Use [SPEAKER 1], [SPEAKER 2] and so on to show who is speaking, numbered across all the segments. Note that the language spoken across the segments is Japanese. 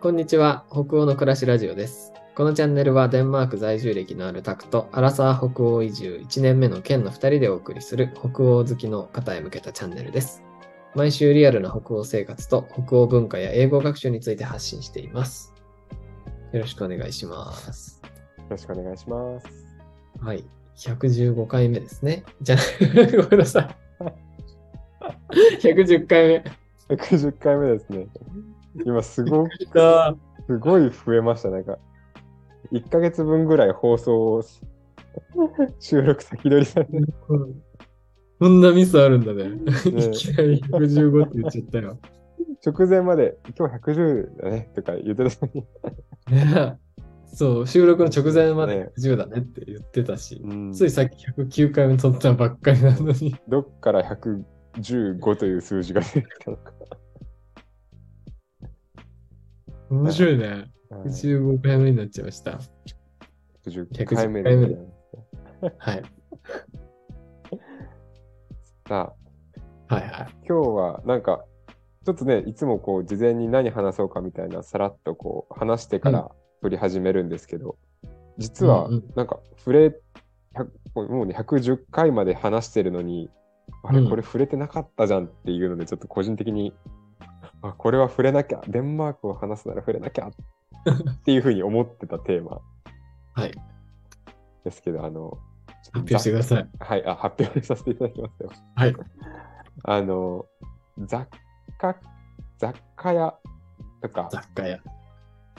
[SPEAKER 1] こんにちは。北欧の暮らしラジオです。このチャンネルはデンマーク在住歴のあるタクと、アラサー北欧移住1年目の県の2人でお送りする北欧好きの方へ向けたチャンネルです。毎週リアルな北欧生活と北欧文化や英語学習について発信しています。よろしくお願いします。
[SPEAKER 2] よろしくお願いします。
[SPEAKER 1] はい。115回目ですね。じゃあ、ご めんなさい。110回
[SPEAKER 2] 110回目ですね。今すご、
[SPEAKER 1] 目。だ
[SPEAKER 2] すごい増えました。なんか、1ヶ月分ぐらい放送をし収録先取りされて、
[SPEAKER 1] こんなミスあるんだね。
[SPEAKER 2] ね
[SPEAKER 1] い きなり115って言っちゃったよ。
[SPEAKER 2] 直前まで今日110だねとか言ってたのに。
[SPEAKER 1] ねえ そう、収録の直前ま
[SPEAKER 2] ね
[SPEAKER 1] で10だねって言ってたし、
[SPEAKER 2] うん
[SPEAKER 1] ついさっき109回目撮ったばっかりなの に、
[SPEAKER 2] どっから115という数字が出てきたのか。
[SPEAKER 1] 面白いね。
[SPEAKER 2] はい
[SPEAKER 1] 115回目になっちゃいました。
[SPEAKER 2] 110回目で
[SPEAKER 1] 110回
[SPEAKER 2] ご
[SPEAKER 1] 目
[SPEAKER 2] ざいます。
[SPEAKER 1] はい。
[SPEAKER 2] さあ、
[SPEAKER 1] はいはい。
[SPEAKER 2] 今日はなんか、ちょっとね、いつもこう、事前に何話そうかみたいな、さらっとこう、話してから撮り始めるんですけど、実は
[SPEAKER 1] うんうん、
[SPEAKER 2] なんか、触れ、100もうね、110回まで話してるのに、あ
[SPEAKER 1] う
[SPEAKER 2] れ、
[SPEAKER 1] ん
[SPEAKER 2] これ触れてなかったじゃんっていうので、ちょっと個人的に、あ、これは触れなきゃ、デンマークを話すなら触れなきゃっていうふうに思ってたテーマ
[SPEAKER 1] はい。
[SPEAKER 2] ですけど、あの、
[SPEAKER 1] 発表してください。
[SPEAKER 2] はい、あ発表させていただきますよ。
[SPEAKER 1] はい。
[SPEAKER 2] あの、雑貨、雑貨屋とか、
[SPEAKER 1] 雑貨屋。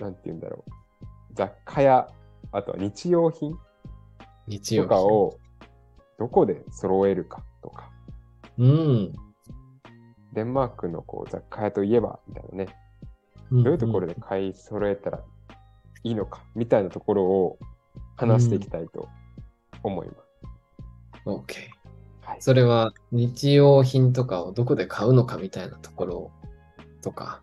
[SPEAKER 2] なんて言うんだろう。雑貨屋、あとは日用品
[SPEAKER 1] 日曜
[SPEAKER 2] と
[SPEAKER 1] 日。
[SPEAKER 2] かをどこで揃えるかとか、
[SPEAKER 1] うん。
[SPEAKER 2] デンマークのこう雑貨屋といえばみたいなね、
[SPEAKER 1] ど
[SPEAKER 2] どういうところで買い揃えたらいいのかみたいなところを話していきたいと思います。
[SPEAKER 1] ?OK。
[SPEAKER 2] はい、
[SPEAKER 1] それは日用品とかをどこで買うのかみたいなところとか。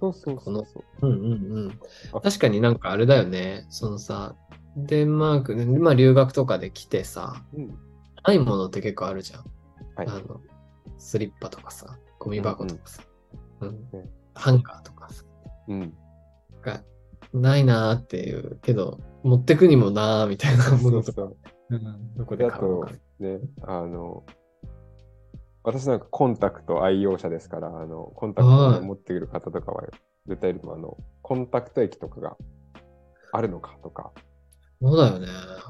[SPEAKER 2] そうそう
[SPEAKER 1] こ
[SPEAKER 2] そ
[SPEAKER 1] の
[SPEAKER 2] うそう。
[SPEAKER 1] うんうんうん。
[SPEAKER 2] あ
[SPEAKER 1] 確かになんかあれだよね。そのさ、デンマークで、まあ留学とかで来てさ、
[SPEAKER 2] うん
[SPEAKER 1] ないものって結構あるじゃん。
[SPEAKER 2] はい
[SPEAKER 1] あの、スリッパとかさ、ゴミ箱とかさ、うん
[SPEAKER 2] うん
[SPEAKER 1] ハンガーとかさ、
[SPEAKER 2] うん、
[SPEAKER 1] がないなーっていう、けど、持ってくにもなーみたいなも
[SPEAKER 2] そ
[SPEAKER 1] の
[SPEAKER 2] う
[SPEAKER 1] とか、
[SPEAKER 2] そう。
[SPEAKER 1] うんどこで買うのか。
[SPEAKER 2] ね、あの、私なんかコンタクト愛用者ですから、あの、コンタクトを持ってくる方とかは絶対いると思うあの、コンタクト液とかがあるのかとか、
[SPEAKER 1] そうだよね。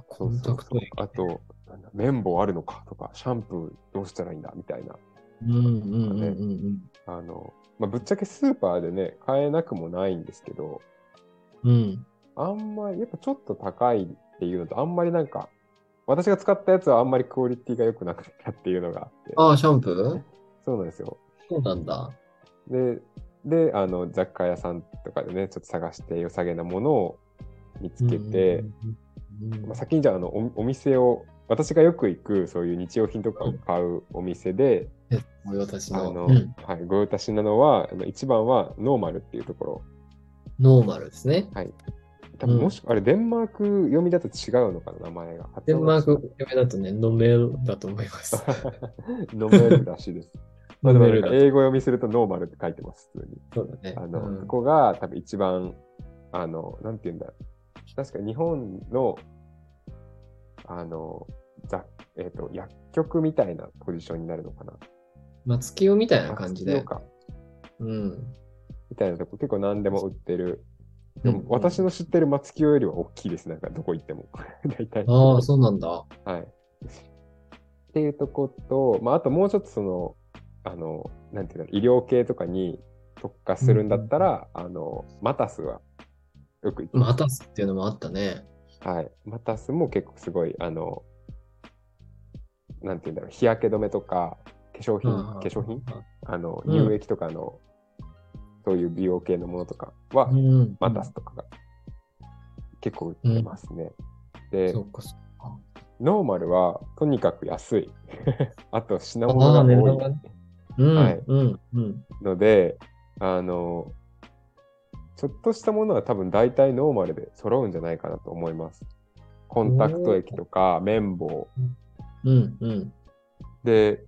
[SPEAKER 1] コ
[SPEAKER 2] そう
[SPEAKER 1] ン
[SPEAKER 2] そ
[SPEAKER 1] タ
[SPEAKER 2] う
[SPEAKER 1] ク
[SPEAKER 2] そ
[SPEAKER 1] ト
[SPEAKER 2] う
[SPEAKER 1] 液
[SPEAKER 2] あと、なんだ綿棒あるのかとか、シャンプーどうしたらいいんだみたいな、
[SPEAKER 1] うんうんうんうんうん。
[SPEAKER 2] あの、まあ、ぶっちゃけスーパーでね、買えなくもないんですけど、
[SPEAKER 1] うん。
[SPEAKER 2] あんまり、やっぱちょっと高いっていうのと、あんまりなんか、私が使ったやつはあんまりクオリティが良くなかったっていうのがあって、
[SPEAKER 1] ああ、シャンプー
[SPEAKER 2] そうなんですよ。
[SPEAKER 1] そうなんだ。
[SPEAKER 2] で、で、あの、雑貨屋さんとかでね、ちょっと探して良さげなものを見つけて、
[SPEAKER 1] うんうんうんうん、
[SPEAKER 2] まあ、先にじゃあ、あのお、お店を、私がよく行く、そういう日用品とかを買うお店で、
[SPEAKER 1] 御用達
[SPEAKER 2] あ
[SPEAKER 1] のう
[SPEAKER 2] の、
[SPEAKER 1] ん
[SPEAKER 2] はい、ご用達なのは、あの一番はノーマルっていうところ。
[SPEAKER 1] ノーマルですね。
[SPEAKER 2] 多分
[SPEAKER 1] うん
[SPEAKER 2] もし、あれ、デンマーク読みだと違うのかな、名前が。
[SPEAKER 1] デンマーク嫁だとね、ノメルだと思います。
[SPEAKER 2] ノメルらしいです。ま あ
[SPEAKER 1] ノ
[SPEAKER 2] でも
[SPEAKER 1] メ
[SPEAKER 2] な
[SPEAKER 1] ル
[SPEAKER 2] んか
[SPEAKER 1] だ
[SPEAKER 2] 英語読みするとノーマルって書いてます、普通に。
[SPEAKER 1] そうだね。
[SPEAKER 2] あの、
[SPEAKER 1] うん
[SPEAKER 2] ここが多分一番、あの、なんて言うんだろう。確か日本の、あの、ざえっ、と、薬局みたいなポジションになるのかな。
[SPEAKER 1] 松清みたいな感じ
[SPEAKER 2] 松
[SPEAKER 1] で
[SPEAKER 2] 清。か
[SPEAKER 1] うん。
[SPEAKER 2] みたいなとこ、結構何でも売ってる。
[SPEAKER 1] う
[SPEAKER 2] で
[SPEAKER 1] ん
[SPEAKER 2] も私の知ってる松清よりは大きいです。なんかどこ行っても。 大体。
[SPEAKER 1] ああ、そうなんだ。
[SPEAKER 2] はい。っていうとこと、まあ、あともうちょっとその、あの、なんていうの、医療系とかに特化するんだったら、あの、マタスはよく行ってます
[SPEAKER 1] マタスっていうのもあったね。
[SPEAKER 2] はい。マタスも結構すごい、あの、なんて言うんだろう、日焼け止めとか、化粧品、
[SPEAKER 1] うん
[SPEAKER 2] 化粧品あの、
[SPEAKER 1] うん
[SPEAKER 2] 乳液とかの、そういう美容系のものとかは
[SPEAKER 1] う、ん。
[SPEAKER 2] マタスとかが結構売ってますね。で
[SPEAKER 1] そ、っかそっ
[SPEAKER 2] ノーマルはとにかく安い。 あと品
[SPEAKER 1] か。
[SPEAKER 2] 物
[SPEAKER 1] あ
[SPEAKER 2] が
[SPEAKER 1] あ、値段
[SPEAKER 2] 多
[SPEAKER 1] がね
[SPEAKER 2] い。
[SPEAKER 1] うん
[SPEAKER 2] はい
[SPEAKER 1] うん。うん。
[SPEAKER 2] ので、あの、ちょっとしたものは多分大体ノーマルで揃うんじゃないかなと思います。コンタクト液とか、綿棒、
[SPEAKER 1] うん。うん。
[SPEAKER 2] で、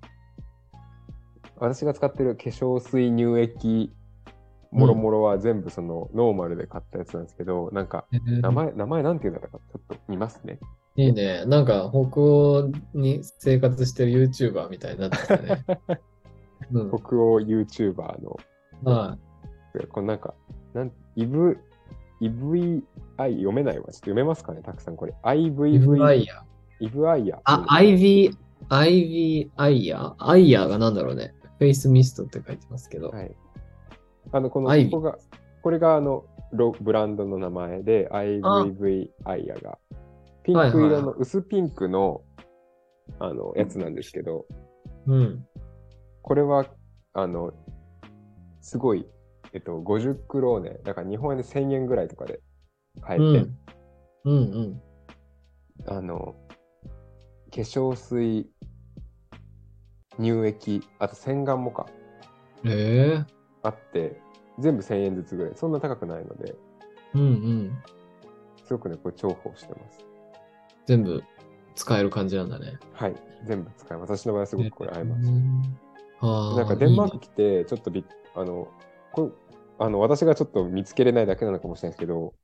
[SPEAKER 2] 私が使ってる化粧水乳液もろもろは全部そのノーマルで買ったやつなんですけど、なんか、名前、名前なんていうんだったか、ちょっと見ますね。
[SPEAKER 1] いいね。なんか、北欧に生活してる YouTuber みたいになってきた ね。うん。
[SPEAKER 2] 北欧 YouTuber の、
[SPEAKER 1] は
[SPEAKER 2] このなんか、なん、イブ、IVI 読めないわ。ちょっと読めますかね、たくさんこれ。
[SPEAKER 1] い。イブア
[SPEAKER 2] IVV、
[SPEAKER 1] イヤー。
[SPEAKER 2] イブアイヤ。
[SPEAKER 1] あ、IV、IV アイヤーアイヤーがなんだろうね。フェイスミストって書いてますけど。
[SPEAKER 2] はい。あの、この、
[SPEAKER 1] IV
[SPEAKER 2] ここが、これがあの、ロブランドの名前で、
[SPEAKER 1] あ
[SPEAKER 2] IVV アイヤが、ピン
[SPEAKER 1] はいはい
[SPEAKER 2] ク色の、薄ピンクの、あの、やつなんですけど、
[SPEAKER 1] うん。
[SPEAKER 2] これは、あの、すごい、えっと、50クローネ、だから日本円で1000円ぐらいとかで買え
[SPEAKER 1] う
[SPEAKER 2] て、
[SPEAKER 1] ん。うんうん。
[SPEAKER 2] あの、化粧水、乳液、あと洗顔もか、
[SPEAKER 1] へえ。
[SPEAKER 2] あって、全部1000円ずつぐらい。そんな高くないので、
[SPEAKER 1] うんうん。
[SPEAKER 2] すごくね、これ重宝してます。
[SPEAKER 1] 全部使える感じなんだね。
[SPEAKER 2] はい。全部使います。私の場合はすごくこれ合います。
[SPEAKER 1] うんあー
[SPEAKER 2] なんかデンマー
[SPEAKER 1] い
[SPEAKER 2] ク来て、ちょっとびっあの、こあの、私がちょっと見つけれないだけなのかもしれないですけど、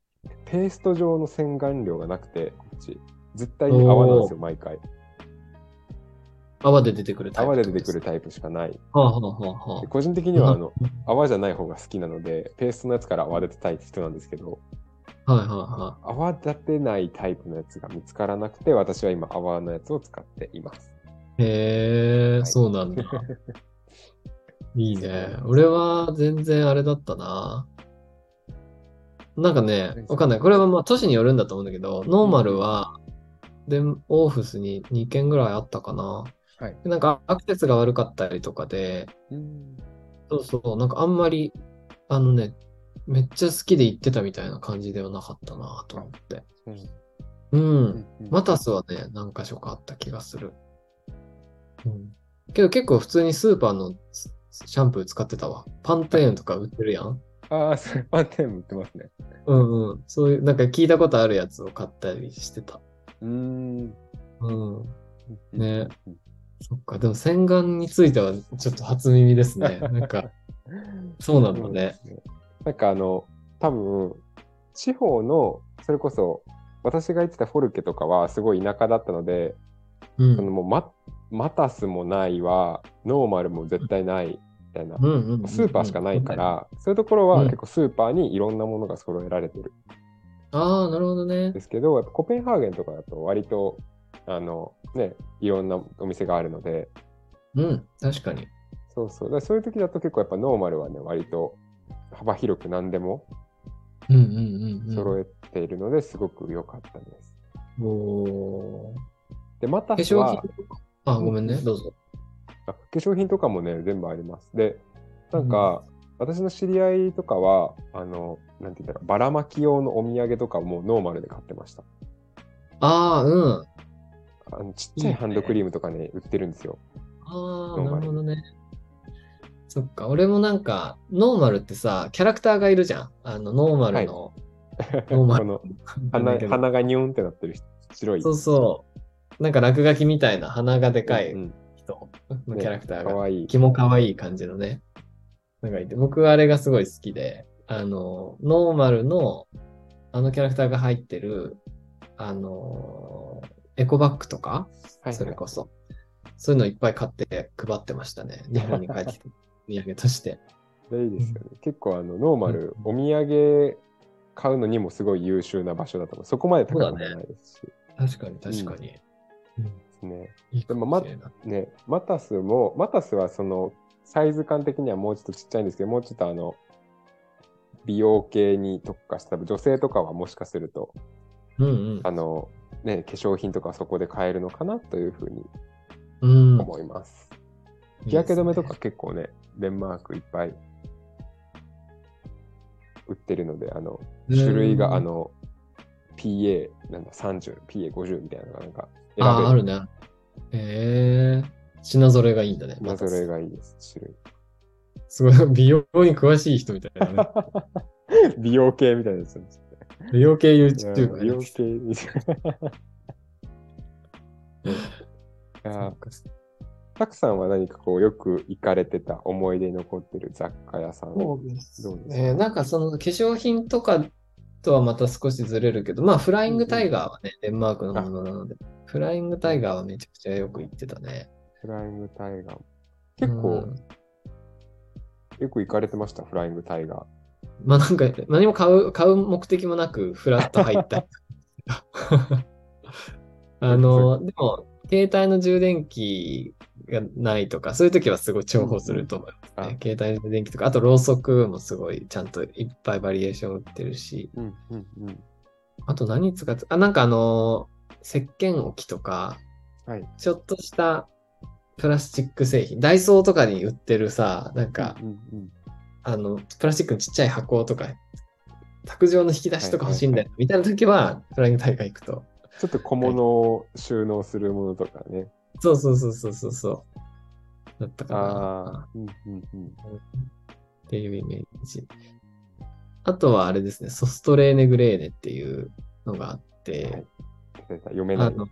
[SPEAKER 2] ペースト状の洗顔料がなくて、こっち。絶対に泡なんですよ、毎
[SPEAKER 1] い
[SPEAKER 2] 回。
[SPEAKER 1] ね泡で出てくるタイプ
[SPEAKER 2] 泡
[SPEAKER 1] っ
[SPEAKER 2] で
[SPEAKER 1] こ
[SPEAKER 2] 出
[SPEAKER 1] とす
[SPEAKER 2] てく
[SPEAKER 1] ね
[SPEAKER 2] る。タイプしかない。
[SPEAKER 1] はあはあはあは
[SPEAKER 2] で個人的には、
[SPEAKER 1] う
[SPEAKER 2] あ
[SPEAKER 1] ん
[SPEAKER 2] の、泡じゃない方が好きなので、ペーストのやつから泡立てたい人なんですけど、
[SPEAKER 1] あ。はいはいは
[SPEAKER 2] 泡立てないタイプのやつが見つからなくて、私は今泡のやつを使っています。
[SPEAKER 1] い。へえ、
[SPEAKER 2] はい
[SPEAKER 1] そうなんだ。いいね。俺は全然あれだったな。なんかね、わかんない。これはまあ都市によるんだと思うんだけど、ノーマルは、で、オーフスに2件ぐらいあったかな。
[SPEAKER 2] はい
[SPEAKER 1] でなんかアクセスが悪かったりとかで、
[SPEAKER 2] うん。
[SPEAKER 1] そうそう、なんかあんまり、あのね、めっちゃ好きで行ってたみたいな感じではなかったなと思って。うん。マタスはね、何箇所かあった気がする。うん。けど結構普通にスーパーのシシャンプー使ってたわ。パンテーンとか売ってるやん。
[SPEAKER 2] ああ、それパンテンも売ってますね。
[SPEAKER 1] うんうん。そういう、なんか聞いたことあるやつを買ったりしてた。
[SPEAKER 2] うん。
[SPEAKER 1] うん。ねそっか。でも洗顔についてはちょっと初耳です ね。なんか、そうなんだね。
[SPEAKER 2] なんかあの、多分、地方の、それこそ、私が行ってたフォルケとかはすごい田舎だったので、
[SPEAKER 1] う
[SPEAKER 2] その
[SPEAKER 1] ん。
[SPEAKER 2] もうママタスもないは、ノーマルも絶対ないみたいな、
[SPEAKER 1] うんうんうんうん
[SPEAKER 2] スーパーしかないか。ら、そういうところ
[SPEAKER 1] う
[SPEAKER 2] は
[SPEAKER 1] ん
[SPEAKER 2] 結構スーパーにいろんなものが揃えられてる
[SPEAKER 1] ああ、なるほどね
[SPEAKER 2] んで。すけど、やっぱコペンハーゲンとかだと割と、あの、ね、いろんなお店があるので、
[SPEAKER 1] うん。確かに。
[SPEAKER 2] そうそう。だからそういう時だと結構やっぱノーマルはね、割と幅広く何でも
[SPEAKER 1] うんうんうん、うん。
[SPEAKER 2] 揃えているのですごく良かったです。
[SPEAKER 1] おー
[SPEAKER 2] で、また
[SPEAKER 1] 化粧品とかあ、ごめんね。どうぞ。
[SPEAKER 2] あ化粧品とかもね、全部あります。で、なんか、私の知り合いとかは、あの、なんて言ったら、ばらまき用のお土産とかもノーマルで買ってました。
[SPEAKER 1] ああ、うん。
[SPEAKER 2] あのちっちゃいハンドクリームとかね、売ってるんですよ。
[SPEAKER 1] ああ、
[SPEAKER 2] ノー
[SPEAKER 1] な
[SPEAKER 2] マル
[SPEAKER 1] るほどね。そっか、俺もなんか、ノーマルってさ、キャラクターがいるじゃん。あの、ノーマルの。ノーマ
[SPEAKER 2] こ
[SPEAKER 1] ル
[SPEAKER 2] の
[SPEAKER 1] だ
[SPEAKER 2] 鼻
[SPEAKER 1] けど
[SPEAKER 2] 鼻がニュンってなってる白い。
[SPEAKER 1] そうそう。なんか落書きみたいな鼻がでかい
[SPEAKER 2] うん
[SPEAKER 1] 人
[SPEAKER 2] う
[SPEAKER 1] の
[SPEAKER 2] ん
[SPEAKER 1] キャラクター
[SPEAKER 2] か
[SPEAKER 1] が、
[SPEAKER 2] わいい。
[SPEAKER 1] 気も可愛い感じのね。なんかいて、僕はあれがすごい好きで、あの、ノーマルの、あのキャラクターが入ってる、あの、エコバッグとか、
[SPEAKER 2] はい
[SPEAKER 1] それこそ。そういうのいっぱい買って配ってました ね。日本に帰ってきて、土産として。
[SPEAKER 2] でいいですよね。結構あのノーマル、お土産買うのにもすごい優秀な場所だと思う。そこまで高くもないですし。
[SPEAKER 1] 確かに、確かに。
[SPEAKER 2] ね
[SPEAKER 1] いいか
[SPEAKER 2] でも
[SPEAKER 1] もしれない。
[SPEAKER 2] ねマタスも、マタスはそのサイズ感的にはもうちょっとちっちゃいんですけど、もうちょっとあの美容系に特化した、多分女性とかはもしかすると、
[SPEAKER 1] うん
[SPEAKER 2] あのね、化粧品とかそこで買えるのかなというふうに
[SPEAKER 1] うん。うん。
[SPEAKER 2] 思います。日焼け止めとか結構ね、デンマークいっぱい売ってるので、あの種類があ
[SPEAKER 1] うん、
[SPEAKER 2] の PA なんだ30、PA50 みたいなのがなんか選べる。
[SPEAKER 1] ああ、あるね。ええ品揃えがいいんだね。
[SPEAKER 2] まあ、それ
[SPEAKER 1] が。
[SPEAKER 2] がいいです、種類。
[SPEAKER 1] すごい、美容に詳しい人みたいなね。
[SPEAKER 2] 美容系みたいなやつなんですね。
[SPEAKER 1] 美容系
[SPEAKER 2] いやー
[SPEAKER 1] YouTuber
[SPEAKER 2] 美容
[SPEAKER 1] ね。
[SPEAKER 2] 系みたいな。いやー
[SPEAKER 1] そっか
[SPEAKER 2] たくさんは何かこうよく行かれてた思い出に残ってる雑貨屋さんを。
[SPEAKER 1] そうです
[SPEAKER 2] どうですか
[SPEAKER 1] ね。なんかその化粧品とかとはまた少しずれるけど、まあフライングタイガーはね、デンマークのものなので、フライングタイガーはめちゃくちゃよく行ってたね。
[SPEAKER 2] フライングタイガー。結
[SPEAKER 1] う
[SPEAKER 2] 構、
[SPEAKER 1] ん
[SPEAKER 2] よく行かれてました、フライングタイガー。
[SPEAKER 1] まあなんか何も買う買う目的もなくフラッと入 った。 あの、でも携帯の充電器がないとか、そういう時はすごい重宝すると思いますね。携帯の充電器とか、あとろうそくもすごいちゃんといっぱいバリエーション売ってるし、
[SPEAKER 2] うんうんうん。
[SPEAKER 1] あと何使って、あ、なんかあのー、石鹸置きとか、
[SPEAKER 2] はい
[SPEAKER 1] ちょっとしたプラスチック製品、ダイソーとかに売ってるさ、なんか、
[SPEAKER 2] うんうん
[SPEAKER 1] あの、プラスチックのちっちゃい箱とか、卓上の引き出しとか欲しいんだよ、みたいな時は、フライング大会行くと。
[SPEAKER 2] ちょっと小物を収納するものとかね。
[SPEAKER 1] そうそうそうそうそうそう。だったか
[SPEAKER 2] ああ
[SPEAKER 1] な。、
[SPEAKER 2] うんうんうん。
[SPEAKER 1] っていうイメージ。あとはあれですね、ソストレーネグレーネっていうのがあって、
[SPEAKER 2] はい出た読め な
[SPEAKER 1] あ
[SPEAKER 2] い。
[SPEAKER 1] の、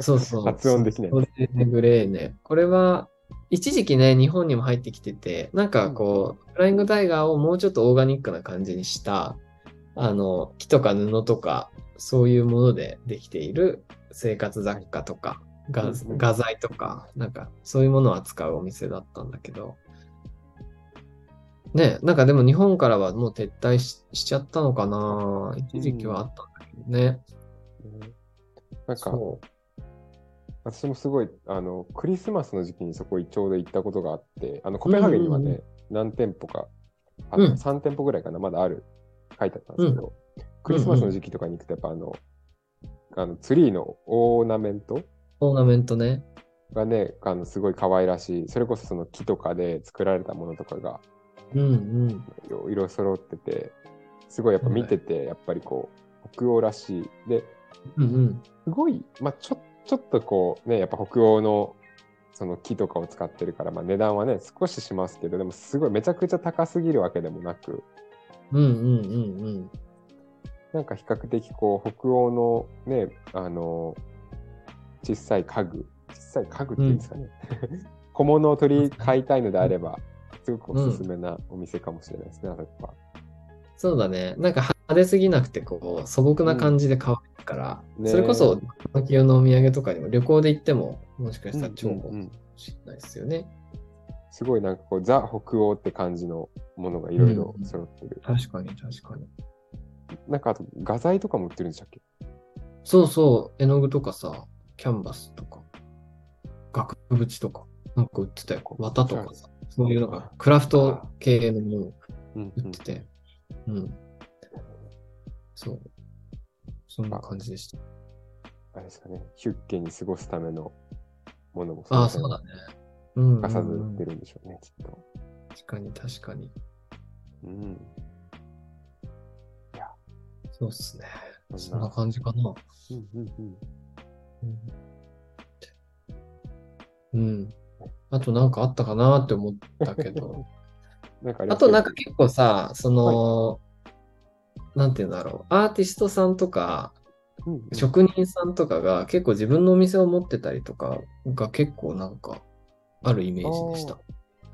[SPEAKER 1] そうそう。
[SPEAKER 2] 発音できない
[SPEAKER 1] ソストレーネグレーネ。これは、一時期ね、日本にも入ってきてて、なんかこう、フライングタイガーをもうちょっとオーガニックな感じにした、あの、木とか布とか、そういうものでできている生活雑貨とか、画
[SPEAKER 2] うんうん
[SPEAKER 1] 画材とか、なんかそういうものを扱うお店だったんだけど、ね、なんかでも日本からはもう撤退ししちゃったのかな一時期はあったんだけどね。
[SPEAKER 2] なんか、
[SPEAKER 1] そう
[SPEAKER 2] 私もすごいあのクリスマスの時期にそこにちょうど行ったことがあってあのコペンハーゲンにはね、
[SPEAKER 1] うんうん
[SPEAKER 2] 何店舗かあ
[SPEAKER 1] うん
[SPEAKER 2] 3店舗ぐらいかなまだある書いてあったんですけど、クリスマスの時期とかに行くとやっぱあのあのツリーのオーナメント
[SPEAKER 1] オーナメントね。
[SPEAKER 2] がねあのすごい可愛らしいそれこそその木とかで作られたものとかが
[SPEAKER 1] うんうん。
[SPEAKER 2] 色色揃っててすごいやっぱ見てて、やっぱりこう北欧らしいで
[SPEAKER 1] うんうん。
[SPEAKER 2] すごい、まあ、ちょちょっとこうねやっぱ北欧のその木とかを使ってるから、まあ、値段はね少ししますけどでもすごいめちゃくちゃ高すぎるわけでもなく
[SPEAKER 1] うんうんうんうん。
[SPEAKER 2] なんか比較的こう北欧のねあの小さい家具小さい家具っていうんですかね、 小物を取り買いたいのであればすごくおすすめなお店かもしれないですね、あそこは。
[SPEAKER 1] そうだね。なんか派手すぎなくて、こう、素朴な感じで可愛いから、
[SPEAKER 2] うんね
[SPEAKER 1] それこそ、秋用のお土産とかにも旅行で行っても、もしかしたら重宝か
[SPEAKER 2] うんうんうん
[SPEAKER 1] もしれないですよね。
[SPEAKER 2] すごいなんかこうザ北欧って感じのものがいろいろ揃ってる、
[SPEAKER 1] 確かに、確かに。
[SPEAKER 2] なんかあと画材とかも売ってるんでしたっけ
[SPEAKER 1] そうそう、絵の具とかさ、キャンバスとか、額縁とか、なんか売ってたよ。綿とかさ、そういうのが、クラフト系のもの
[SPEAKER 2] うんう
[SPEAKER 1] 売っ
[SPEAKER 2] ん
[SPEAKER 1] てて、うん。そう。そんな感じでした。
[SPEAKER 2] あれですかね、ヒュッケに過ごすためのものも
[SPEAKER 1] ああ、そうだね。うんうんうん
[SPEAKER 2] 欠かさず売ってるんでしょうね、きっと。
[SPEAKER 1] 確かに、確かに。
[SPEAKER 2] うん。
[SPEAKER 1] そうっすね。
[SPEAKER 2] そ
[SPEAKER 1] そ
[SPEAKER 2] ん
[SPEAKER 1] んな
[SPEAKER 2] な。
[SPEAKER 1] 感じかな。
[SPEAKER 2] うんうんうん。
[SPEAKER 1] うん。うん、あとなんかあったかなって思ったけど。
[SPEAKER 2] なん かあれ
[SPEAKER 1] あとなんか、結構さ、その、なんて言うんだろう。アーティストさんとか、
[SPEAKER 2] うんうん
[SPEAKER 1] 職人さんとかが結構自分のお店を持ってたりとかが結構なんかあるイメージでし
[SPEAKER 2] あ
[SPEAKER 1] た。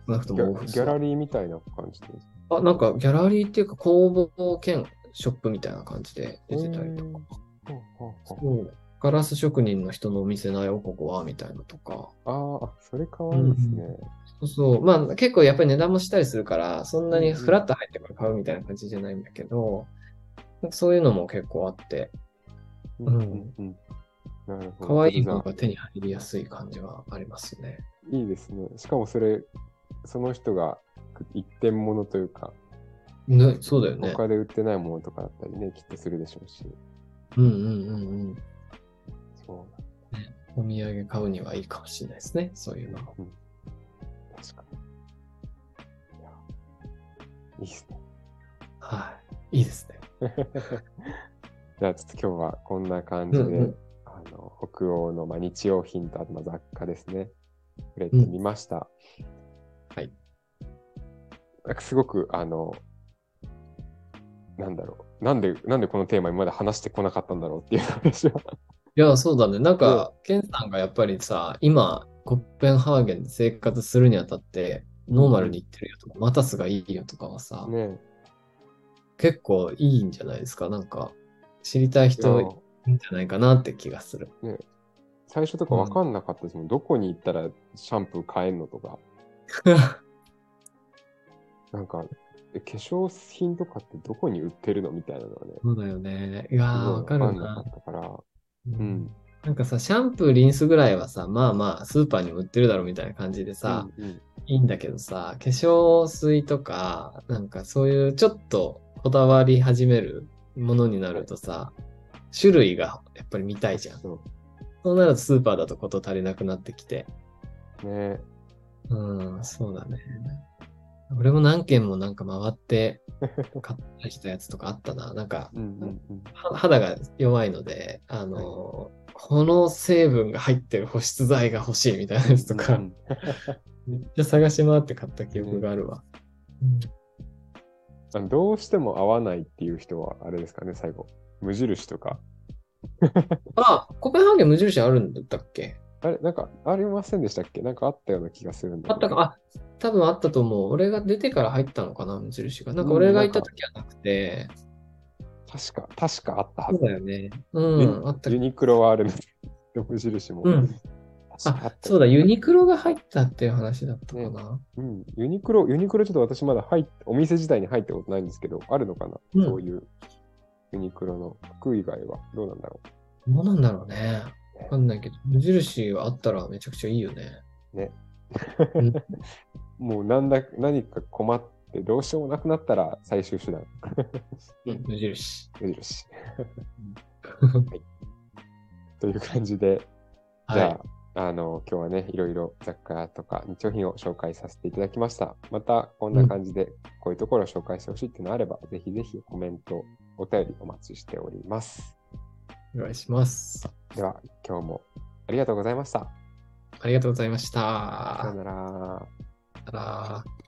[SPEAKER 1] 少なくと
[SPEAKER 2] ギ
[SPEAKER 1] も
[SPEAKER 2] ャ
[SPEAKER 1] オフィス
[SPEAKER 2] ギャラリーみたいな感じで。
[SPEAKER 1] あ、なんかギャラリーっていうか工房兼ショップみたいな感じで出てたりとか。
[SPEAKER 2] うんほうほうほう
[SPEAKER 1] そうガラス職人の人のお店だよ、ここは、みたいなとか。
[SPEAKER 2] あーあ、それかわいいですね。
[SPEAKER 1] そうそう。まあ結構やっぱり値段もしたりするから、そんな
[SPEAKER 2] う
[SPEAKER 1] に
[SPEAKER 2] んうん
[SPEAKER 1] フラッと入ってから買うみたいな感じじゃないんだけど、なんかそういうのも結構あって、
[SPEAKER 2] うん
[SPEAKER 1] うん
[SPEAKER 2] うんなるほど。
[SPEAKER 1] 可愛いもの
[SPEAKER 2] じゃ
[SPEAKER 1] が手に入りやすい感じはありますね。
[SPEAKER 2] あいいですね。しかもそれ、その人が一点物というか、
[SPEAKER 1] ね、そうだよね。
[SPEAKER 2] 他で売ってないものとかだったりね、きっとするでしょうし。
[SPEAKER 1] うんうんうんうん。
[SPEAKER 2] そう
[SPEAKER 1] お土産買うにはいいかもしれないですね。そういうのも。
[SPEAKER 2] うん確かに。いやいいっすね。
[SPEAKER 1] はい。いいですね。
[SPEAKER 2] じゃあちょっと今日はこんな感
[SPEAKER 1] う
[SPEAKER 2] じ
[SPEAKER 1] ん
[SPEAKER 2] で、
[SPEAKER 1] うん。
[SPEAKER 2] あの北欧の、まあ、日用品とあとまあ雑貨ですね、触れてみました。
[SPEAKER 1] はい。
[SPEAKER 2] なんかすごく、あの、なんだろう。なんで、なんでこのテーマ今まで話してこ なかったんだろうっていう話は。
[SPEAKER 1] いや、そうだね。なんか、ケンさんがやっぱりさ、今、コッペンハーゲンで生活するにあたって、ノーマルに行ってるよとか、マタスがいいよとかはさ、
[SPEAKER 2] ね
[SPEAKER 1] 結構いいんじゃないですか。なんか、知りたい
[SPEAKER 2] いや
[SPEAKER 1] 人いるんじゃないかなって気が する。
[SPEAKER 2] 最初とか分かんなかったですもん。どこに行ったらシャンプー買えんのとか、なんか、え化粧品とかってどこに売ってるのみたいなのがね、
[SPEAKER 1] そうだよね。いやー、わかる
[SPEAKER 2] 分かんな
[SPEAKER 1] な
[SPEAKER 2] か。ったから、うん。
[SPEAKER 1] なんかさ、シャンプー、リンスぐらいはさ、まあまあ、スーパーにも売ってるだろうみたいな感じでさ、
[SPEAKER 2] うんうん
[SPEAKER 1] いいんだけどさ、化粧水とか、なんかそういうちょっとこだわり始めるものになるとさ、種類がやっぱり見たいじゃん。
[SPEAKER 2] そ
[SPEAKER 1] そうなるとスーパーだとこと足りなくなってきて。
[SPEAKER 2] うね
[SPEAKER 1] うん、そうだね。俺も何軒もなんか回って、買ったりしたやつとかあったな。なんか、
[SPEAKER 2] うんうんうん。
[SPEAKER 1] は肌が弱いので、あのーこの成分が入ってる保湿剤が欲しいみたいなやつとか、
[SPEAKER 2] うんうん
[SPEAKER 1] めっちゃ探し回って買った記憶があるわ。うん
[SPEAKER 2] あのどうしても合わないっていう人は、あれですかね、最後。無印とか。
[SPEAKER 1] あ、コペンハーゲン無印あるんだったっけ
[SPEAKER 2] あれ、なんか、ありませんでしたっけなんかあったような気がするんだ
[SPEAKER 1] あっ
[SPEAKER 2] け
[SPEAKER 1] た
[SPEAKER 2] ど。
[SPEAKER 1] か、あ、多分あったと思う。俺が出てから入ったのかな、無印が。なんか
[SPEAKER 2] うん
[SPEAKER 1] 俺が行った時はなくて、
[SPEAKER 2] 確か、確かあったは
[SPEAKER 1] そう
[SPEAKER 2] ず。
[SPEAKER 1] だよね。うん、あった
[SPEAKER 2] ユ。ニクロはあるので、無印も。
[SPEAKER 1] うん、
[SPEAKER 2] 確かあった
[SPEAKER 1] そうだ、ユニクロが入ったっていう話だったかな。
[SPEAKER 2] うん、ユニクロ、ユニクロちょっと私まだ入っお店自体に入ったことないんですけど、あるのかな、
[SPEAKER 1] うん
[SPEAKER 2] そういうユニクロの服以外はどうなんだろ
[SPEAKER 1] どうなんだろうね。わかんないけど、無印はあったらめちゃくちゃいいよね。
[SPEAKER 2] う。
[SPEAKER 1] うん
[SPEAKER 2] もうなんだ何か困ってどうしようもなくなったら最終手段、
[SPEAKER 1] うん、無印。
[SPEAKER 2] 無印。はい、という感じで、じゃあ、あの今日はね、いろいろ雑貨とか日用品を紹介させていただきました。また、こんな感じで、こういうところを紹介してほしいっていうのあれば、ぜひぜひコメント、お便りお待ちしております。
[SPEAKER 1] お願いします。
[SPEAKER 2] では、今日もありがとうございました。
[SPEAKER 1] ありがとうございまし
[SPEAKER 2] さよ
[SPEAKER 1] た。
[SPEAKER 2] なら。
[SPEAKER 1] さよなら